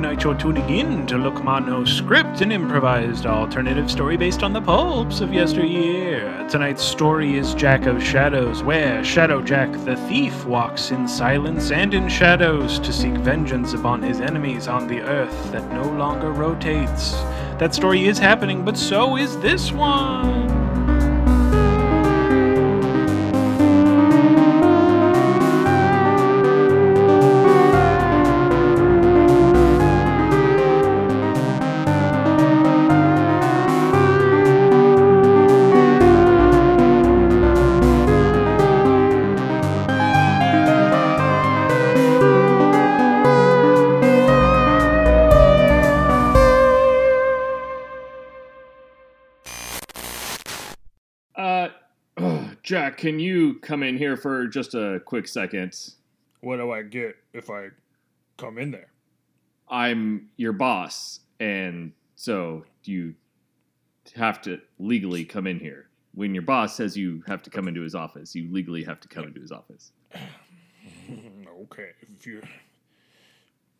night you're tuning in to Lookmano Script, an improvised alternative story based on the pulps of yesteryear. Tonight's story is Jack of Shadows, where Shadow Jack the Thief walks in silence and in shadows to seek vengeance upon his enemies on the earth that no longer rotates. That story is happening, but so is this one. Uh, ugh, Jack, can you come in here for just a quick second? What do I get if I come in there? I'm your boss, and so you have to legally come in here. When your boss says you have to come into his office, you legally have to come into his office. okay, if you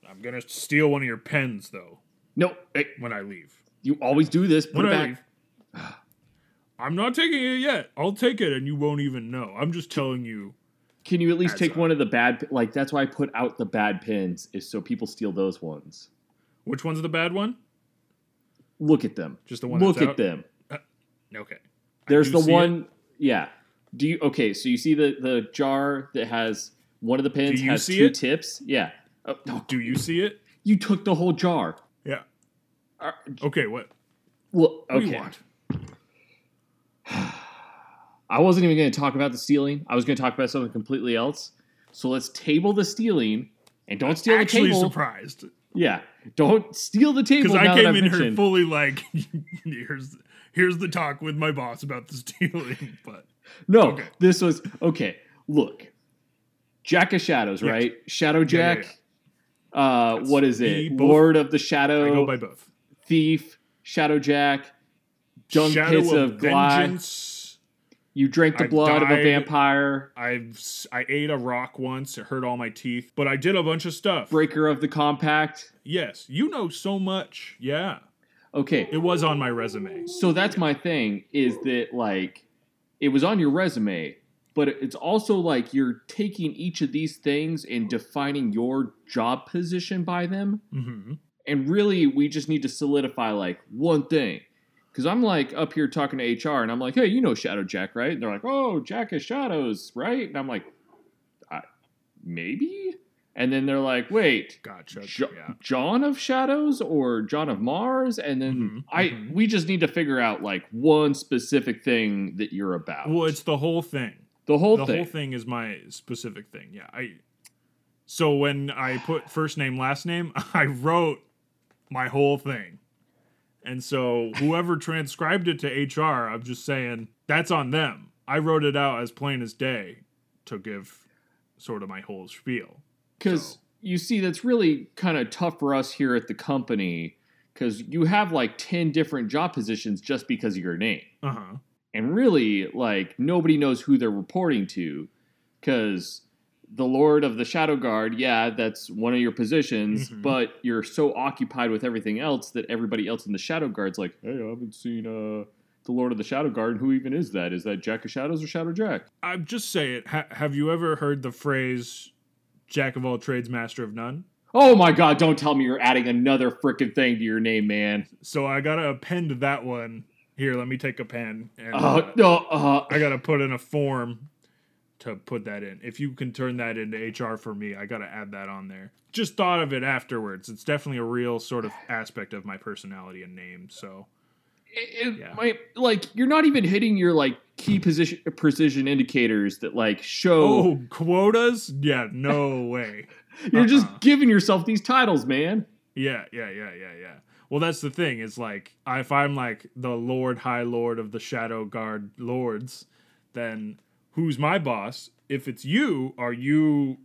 I'm going to steal one of your pens though No, hey, when I leave. you always do this. Put When it I back. leave. I'm not taking it yet. I'll take it and you won't even know. I'm just telling you. Can you at least That's take all. one of the bad? Like that's why I put out the bad pins is so people steal those ones. Which one's the bad one? Look at them. Just the one Look that's at out? them. Okay. I There's do the see it. one. Yeah. Do you okay? So you see the the jar that has one of the pins you has see two it? tips. Yeah. Oh, no, Do you see it? you took the whole jar. Yeah. Uh, Okay, what? Well, What do you okay. want? I wasn't even going to talk about the stealing. I was going to talk about something completely else. So let's table the stealing and don't steal the Actually table. surprised Yeah. Don't steal the table. because now I that came I've in here mentioned. fully like here's here's the talk with my boss about the stealing, but No, Okay. this was okay. Look, Jack of Shadows, Yes. right? Shadow yeah, Jack. Uh, That's what is the it? both- Lord of the I Shadow, go by both. Thief, Shadow Jack. Dung Shadow pits of, of Gly. vengeance. You drank the I've blood of a died. vampire. I've s- I ate a rock once. It hurt all my teeth, but I did a bunch of stuff. Breaker of the compact. Yes, you know so much. Yeah, Okay, it was on my resume. so that's my thing. Is that like it was on your resume, but it's also like you're taking each of these things and defining your job position by them. hmm and really we just need to solidify like one thing because i'm like up here talking to hr and i'm like hey you know shadow jack right and they're like oh jack is shadows right and i'm like I, maybe and then they're like wait Gotcha. Jo- yeah. john of shadows or john of mars and then Mhm, i mhm. we just need to figure out like one specific thing that you're about Well, it's the whole thing. the whole the thing whole thing is my specific thing. Yeah. I. So when I put first name last name, I wrote my whole thing, and so whoever transcribed it to HR, I'm just saying that's on them. I wrote it out as plain as day to give sort of my whole spiel. because So- you see that's really kind of tough for us here at the company because you have like 10 different job positions just because of your name Uh Uh-huh. huh. and really like nobody knows who they're reporting to because the lord of the shadow guard yeah that's one of your positions Mhm. but you're so occupied with everything else that everybody else in the shadow guard's like hey i haven't seen uh the lord of the shadow guard who even is that is that jack of shadows or shadow jack I'm just saying. Ha- have you ever heard the phrase "jack of all trades, master of none"? oh my god don't tell me you're adding another freaking thing to your name man So I gotta append that one here. Let me take a pen. And, uh, uh, no uh, I gotta put in a form to put that in. If you can turn that into HR for me, I gotta add that on there. Just thought of it afterwards. It's definitely a real sort of aspect of my personality and name. So it, it Yeah. might- like you're not even hitting your like key position precision indicators that like show oh, quotas? Yeah, no way. you're just uh-uh. giving yourself these titles man Yeah, yeah, yeah, yeah, yeah. Well, that's the thing. Is like if I'm like the Lord High Lord of the Shadow Guard Lords, then who's my boss? If it's you, are you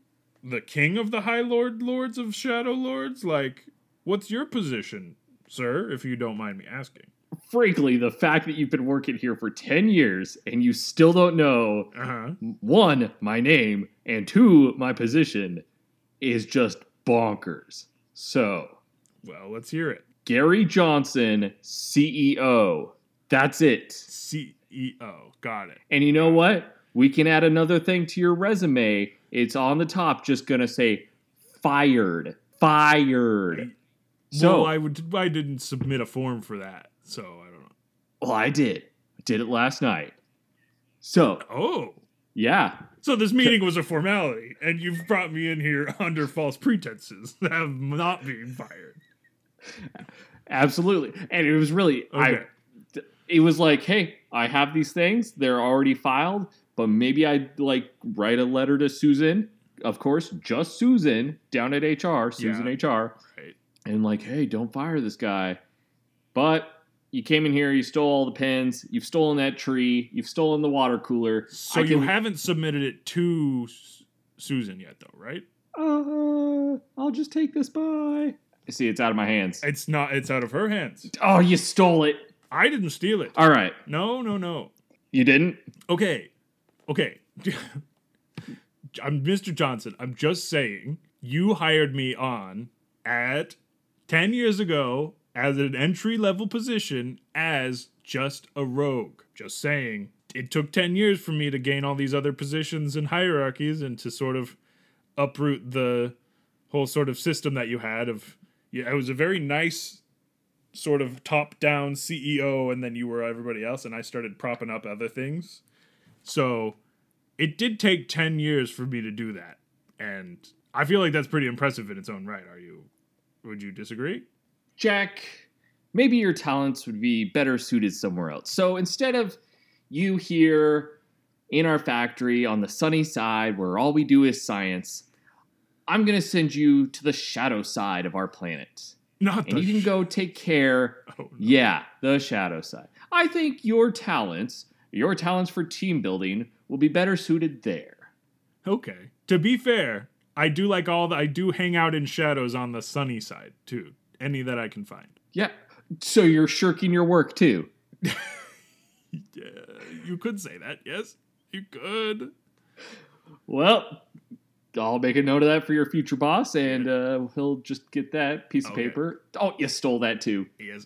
the King of the High Lord Lords of Shadow Lords? Like, what's your position, sir? If you don't mind me asking. frankly the fact that you've been working here for 10 years and you still don't know Uh huh. one my name and two my position is just bonkers so Well, let's hear it. Gary Johnson, CEO. That's it. CEO. E Got it. And you know what? We can add another thing to your resume. It's on the top, just going to say fired. Fired. So- well, I would. I didn't submit a form for that, so I don't know. Well, I did. I did it last night. So, Oh, yeah. so this meeting was a formality, and you've brought me in here under false pretenses that I'm not being fired. Absolutely. And it was really I Okay. it was like, hey, I have these things, they're already filed, but maybe I like write a letter to Susan, of course, just Susan down at HR, Susan HR, Right. and like, hey, don't fire this guy. But you came in here, you stole all the pins, you've stolen that tree, you've stolen the water cooler. So I you can- haven't submitted it to S- Susan yet, though, right? Uh, I'll just take this by. See, it's out of my hands. It's not. It's out of her hands. Oh, you stole it. I didn't steal it. All right. No, no, no. You didn't? Okay, okay. I'm Mr. Johnson. I'm just saying you hired me on at ten years ago as an entry level position as just a rogue. Just saying. It took ten years for me to gain all these other positions and hierarchies and to sort of uproot the whole sort of system that you had of yeah, it was a very nice sort of top down CEO and then you were everybody else and I started propping up other things. So it did take 10 years for me to do that. And I feel like that's pretty impressive in its own right. Are you would you disagree? Jack, maybe your talents would be better suited somewhere else. So instead of you here in our factory on the sunny side where all we do is science, I'm going to send you to the shadow side of our planet. Not And the you can go take care. Oh, no. Yeah, the shadow side. I think your talents, your talents for team building, will be better suited there. Okay. To be fair, I do like all the I do hang out in shadows on the sunny side too. Any that I can find. Yeah. So you're shirking your work too. Yeah, you could say that. Yes, you could. Well, I'll make a note of that for your future boss, and uh, he'll just get that piece of Okay. paper. Oh, you stole that too. Yes.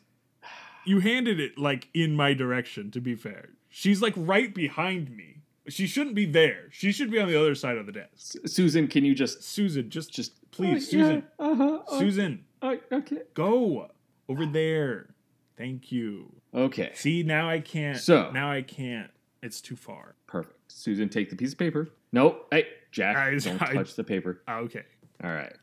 You handed it like in my direction, to be fair. She's like right behind me. She shouldn't be there. She should be on the other side of the desk. S- Susan, can you just Susan, just just please, Oh, yeah, Susan. uh-huh, uh, Susan, uh, okay. go over there. Thank you. Okay. See, now I can't. So- now I can't. It's too far. Perfect. Susan, take the piece of paper. Nope. Hey, Jack, I- don't I- touch the paper. Ah, Okay. All right.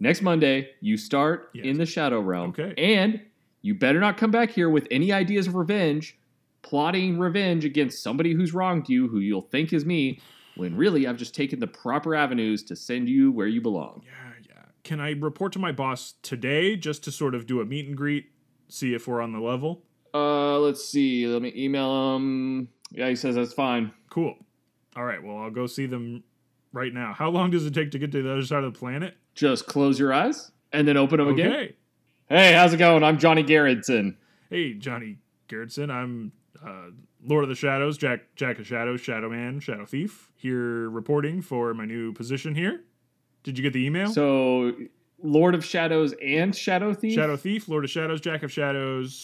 Next Monday, you start Yes. in the Shadow Realm. Okay. And you better not come back here with any ideas of revenge, plotting revenge against somebody who's wronged you, who you'll think is me, when really I've just taken the proper avenues to send you where you belong. Yeah, yeah. Can I report to my boss today just to sort of do a meet and greet, see if we're on the level? Uh, let's see. Let me email him. Yeah, he says that's fine. Cool. All right. Well, I'll go see them right now. How long does it take to get to the other side of the planet? Just close your eyes and then open them again. Okay. Hey, how's it going? I'm Johnny Garrettson. Hey, Johnny Gerritsen. I'm uh, Lord of the Shadows, Jack Jack of Shadows, Shadow Man, Shadow Thief. Here reporting for my new position here. Did you get the email? So, Lord of Shadows and Shadow Thief? Shadow Thief, Lord of Shadows, Jack of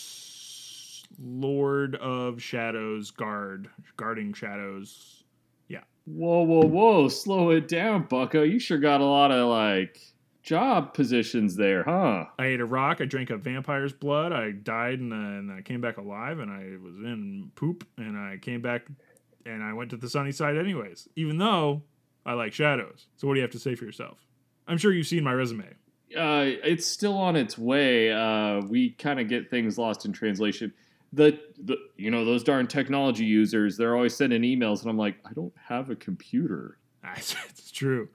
Shadows, Lord of Shadows, Guard, guarding shadows. Whoa, whoa, whoa, slow it down, Bucko. You sure got a lot of like job positions there, huh? I ate a rock. I drank a vampire's blood. I died and, uh, and I came back alive. And I was in poop. And I came back and I went to the sunny side, anyways. Even though I like shadows. So what do you have to say for yourself? I'm sure you've seen my resume. Uh, it's still on its way. Uh, we kind of get things lost in translation. The, the you know those darn technology users, they're always sending emails, and I'm like, I don't have a computer. That's true.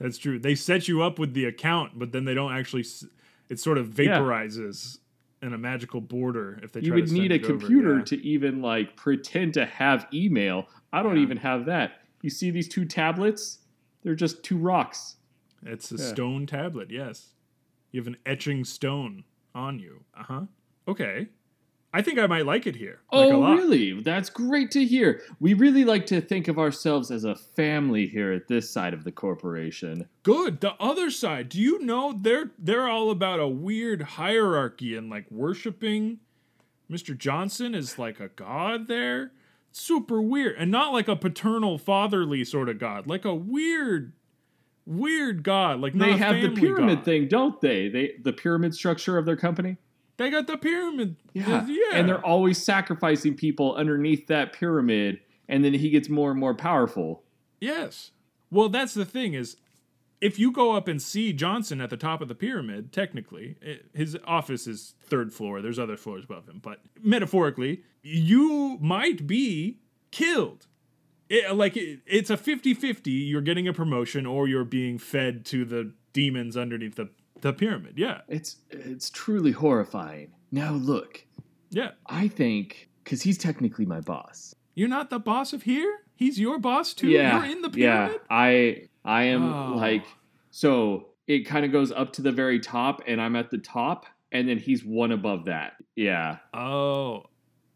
That's true. They set you up with the account, but then they don't actually. S- it sort of vaporizes in a magical border if they You try would to send need a it over, computer yeah. to even like pretend to have email. I don't Yeah. even have that. You see these two tablets? They're just two rocks. It's a Yeah. stone tablet, yes. You have an etching stone on you. Uh huh. Uh-huh. Okay. I think I might like it here. like, a Oh, lot. really? That's great to hear. We really like to think of ourselves as a family here at this side of the corporation. Good. The other side. Do you know they're they're all about a weird hierarchy and like worshiping Mr. Johnson is like a god there? Super weird. And not like a paternal fatherly sort of god. Like a weird weird god. Like not They a have the family pyramid god. thing, don't they? They the pyramid structure of their company. They got the pyramid. Yeah. yeah. And they're always sacrificing people underneath that pyramid, and then he gets more and more powerful. Yes. Well, that's the thing is, if you go up and see Johnson at the top of the pyramid, technically i- his office is third floor. There's other floors above him, but metaphorically, you might be killed. It- like it, it's a 50-50 you're getting a promotion or you're being fed to the demons underneath the, the pyramid yeah It's it's truly horrifying. Now look, yeah I think because he's technically my boss. you're not the boss of here he's your boss too Yeah, you're in the yeah. pyramid I I am Oh. like so it kind of goes up to the very top, and I'm at the top, and then he's one above that. Yeah. Oh,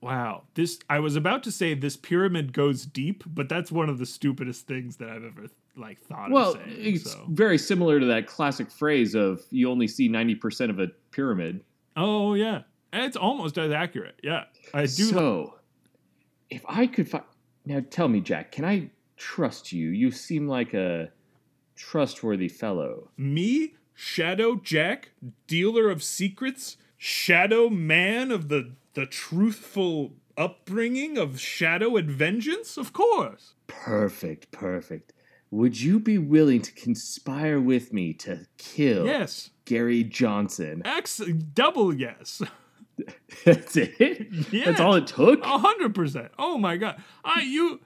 wow. This I was about to say this pyramid goes deep, but that's one of the stupidest things that I've ever like thought Well, of saying. it's so. very similar to that classic phrase of "you only see ninety percent of a pyramid." Oh, yeah. It's almost as accurate. Yeah. I do So, if I could find now, tell me, Jack, can I trust you? You seem like a trustworthy fellow. me, Shadow Jack, dealer of secrets, shadow man of the the truthful upbringing of shadow and vengeance, of course. Perfect, perfect. Would you be willing to conspire with me to kill Yes. Gary Johnson? X double yes. That's it. Yes. That's all it took. A hundred percent. Oh my god. I you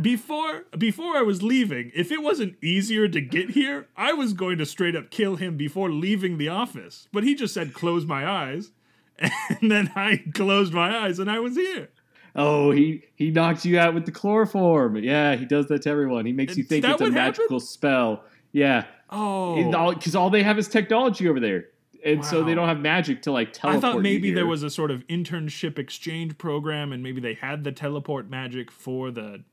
before before I was leaving, if it wasn't easier to get here, I was going to straight up kill him before leaving the office. But he just said close my eyes. And then I closed my eyes and I was here. Oh, he he knocked you out with the chloroform. Yeah, he does that to everyone. He makes you Is think that it's a what magical spell. Yeah, Oh because all, 'cause all they have is technology over there, and so Wow. they don't have magic to like I teleport. thought you maybe there here. was a sort of internship exchange program and maybe they had the teleport magic for the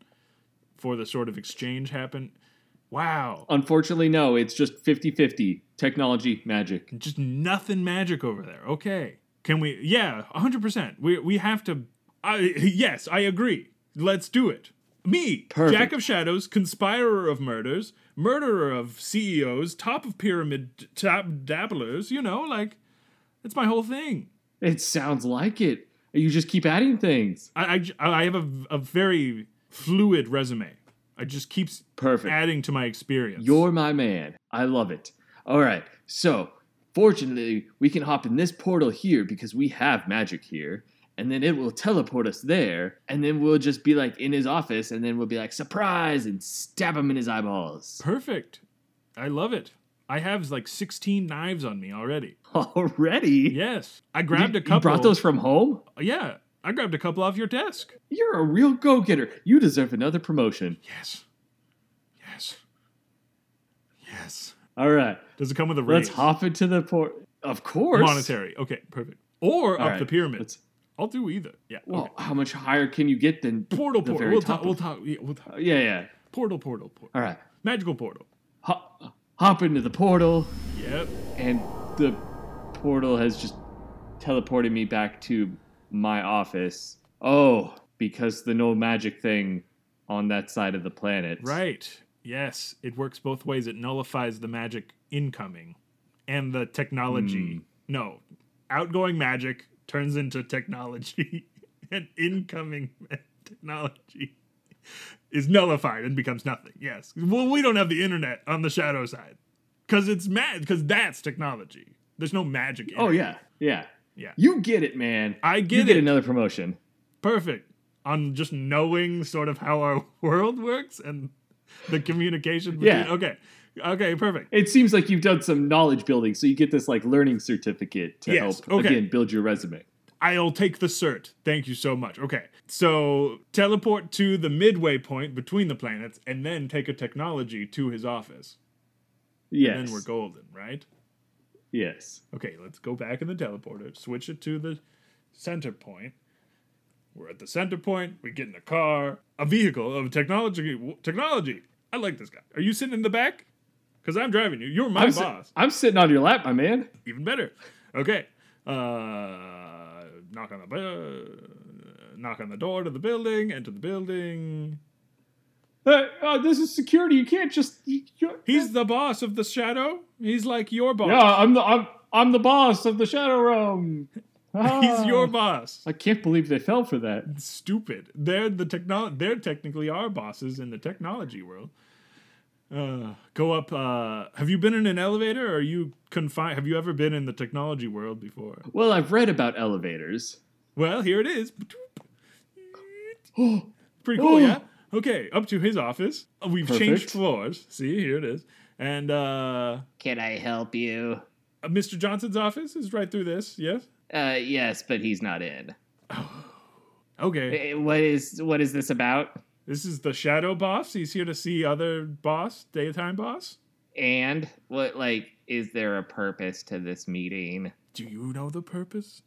for the sort of exchange happen. Wow. Unfortunately, no. It's just 50-50. Technology, magic. just nothing magic over there. Okay. Can we Yeah, 100%. We we have to I yes, I agree. Let's do it. Me, Perfect. Jack of Shadows, conspirer of murders, murderer of CEOs, top of pyramid top dabblers, you know, like that's my whole thing. It sounds like it. You just keep adding things. I I j- I have a, a very fluid resume. I just keeps Perfect. adding to my experience. You're my man. I love it. All right. So, fortunately, we can hop in this portal here because we have magic here. And then it will teleport us there. And then we'll just be like in his office. And then we'll be like, surprise, and stab him in his eyeballs. perfect. I love it. I have like 16 knives on me already. Already? Yes, I grabbed you, a couple. You brought those from home? Yeah, I grabbed a couple off your desk. You're a real go getter. You deserve another promotion. Yes, yes, yes. All right. Does it come with a raise? Let's hop into the port. Of course. Monetary. Okay, perfect. Or All up right, the pyramid. let's- I'll do either. Yeah. Well, okay. how much higher can you get than Portal. the Portal. very We'll top talk. We'll of- talk. Yeah, we'll talk. Yeah, yeah. Portal. Portal. Portal. All right. Magical portal. Hop, hop into the portal, Yep. and the portal has just teleported me back to my office. Oh, because the no magic thing on that side of the planet. Right. Yes, it works both ways. It nullifies the magic incoming and the Hmm. technology. No, outgoing magic turns into technology, and incoming technology is nullified and becomes nothing. Yes. Well, we don't have the internet on the shadow side because it's mad because that's technology. There's no magic. In Oh it. yeah, yeah, Yeah. You get it, man. I you get get it. another promotion. Perfect. On just knowing sort of how our world works and the communication. Between, Yeah. Okay. Okay. Perfect. It seems like you've done some knowledge building, so you get this like learning certificate to Yes, help okay. again build your resume. I'll take the cert. Thank you so much. Okay. So teleport to the midway point between the planets and then take a technology to his office. Yes. And then we're golden, right? Yes. Okay, let's go back in the teleporter, switch it to the center point. We're at the center point. We get in a car, a vehicle of technology. Technology. I like this guy. Are you sitting in the back? Because I'm driving you. You're my I'm, si- boss. I'm sitting on your lap, my man. Even better. Okay. Uh, knock on the bu- knock on the door to the building. Enter the building. Hey, uh, this is security. You can't just. You, you- He's the boss of the shadow. He's like your boss. yeah, I'm the I'm, I'm the boss of the Shadow Realm. Ah. He's your boss. I can't believe they fell for that. Stupid. They're the technol. They're technically our bosses in the technology world. Uh, go up. Uh, have you been in an elevator? Or are you confined? Have you ever been in the technology world before? Well, I've read about elevators. Well, here it is. Oh, Pretty cool, Oh. yeah. Okay, up to his office. Uh, We've changed Perfect. floors. See, here it is. And uh, Can I help you? Mr. Johnson's office is right through this. Yes. Uh, yes, but he's not in. Okay. Eh, What is what is this about? This is the shadow boss. He's here to see other boss, daytime boss. And what like is there a purpose to this meeting? Do you know the purpose?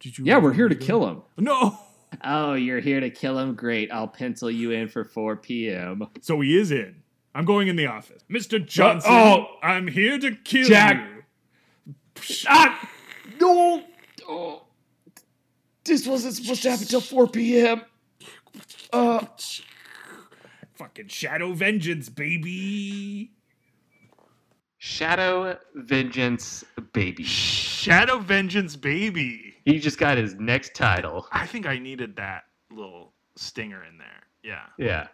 Did you yeah, we're here to kill him. No. Oh, you're here to kill him. Great, I'll pencil you in for 4 p.m. So he is in. I'm going in the office. Mr. Johnson, Uh, oh. I'm here to kill Jack. you. Ah, no. Oh, this wasn't supposed to happen till 4 p.m. Uh, Fucking shadow vengeance, baby. Shadow Vengeance Baby. Shadow Vengeance Baby. He just got his next title. I think I needed that little stinger in there. Yeah. Yeah,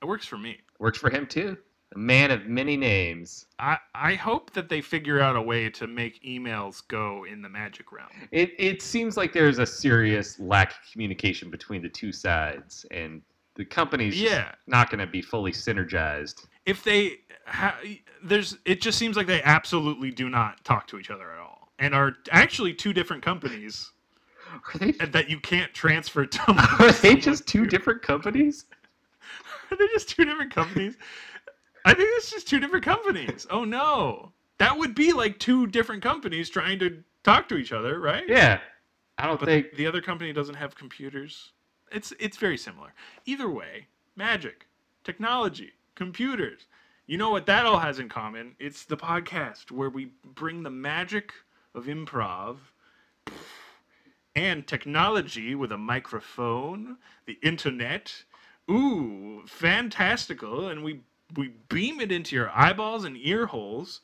It works for me. works for him too. A man of many names. I, I hope that they figure out a way to make emails go in the magic realm. It it seems like there's a serious lack of communication between the two sides, and the company's just Yeah. not going to be fully synergized. If they ha- there's it just seems like they absolutely do not talk to each other at all and are actually two different companies Are they? that you can't transfer to. Are they just two different companies? Are they just two different companies? I think it's just two different companies. Oh no. That would be like two different companies trying to talk to each other, right? Yeah, I don't But think. the other company doesn't have computers. It's it's very similar. Either way, magic, technology, computers. You know what that all has in common? It's the podcast where we bring the magic of improv and technology with a microphone, the internet. Ooh, fantastical. And we we beam it into your eyeballs and ear holes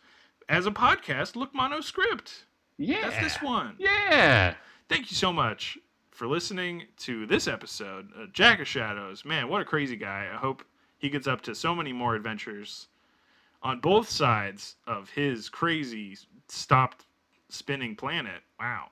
as a podcast. Look monoscript. Yeah, That's this one. Yeah, Thank you so much for listening to this episode of Jack of Shadows. Man, what a crazy guy. I hope he gets up to so many more adventures on both sides of his crazy stopped spinning planet. Wow.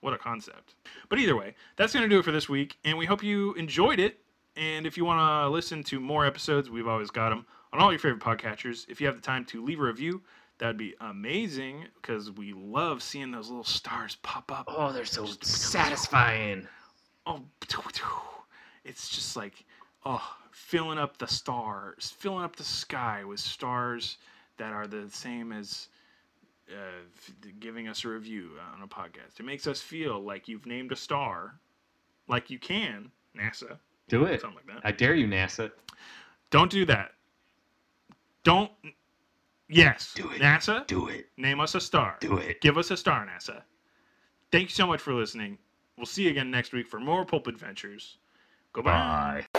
What a concept. But either way, that's going to do it for this week, and we hope you enjoyed it. And if you want to listen to more episodes, we've always got them on all your favorite podcatchers. If you have the time to leave a review, that'd be amazing because we love seeing those little stars pop up. Oh, they're so satisfying. oh, it's just like, oh, filling up the stars, filling up the sky with stars that are the same as uh, f- giving us a review on a podcast. It makes us feel like you've named a star, like you can, NASA, Do it. something like that. I dare you, NASA. Don't do that. Don't. Yes, Do it. NASA, Do it. name us a star. Do it. Give us a star, NASA. Thank you so much for listening. We'll see you again next week for more Pulp Adventures. Goodbye. Bye.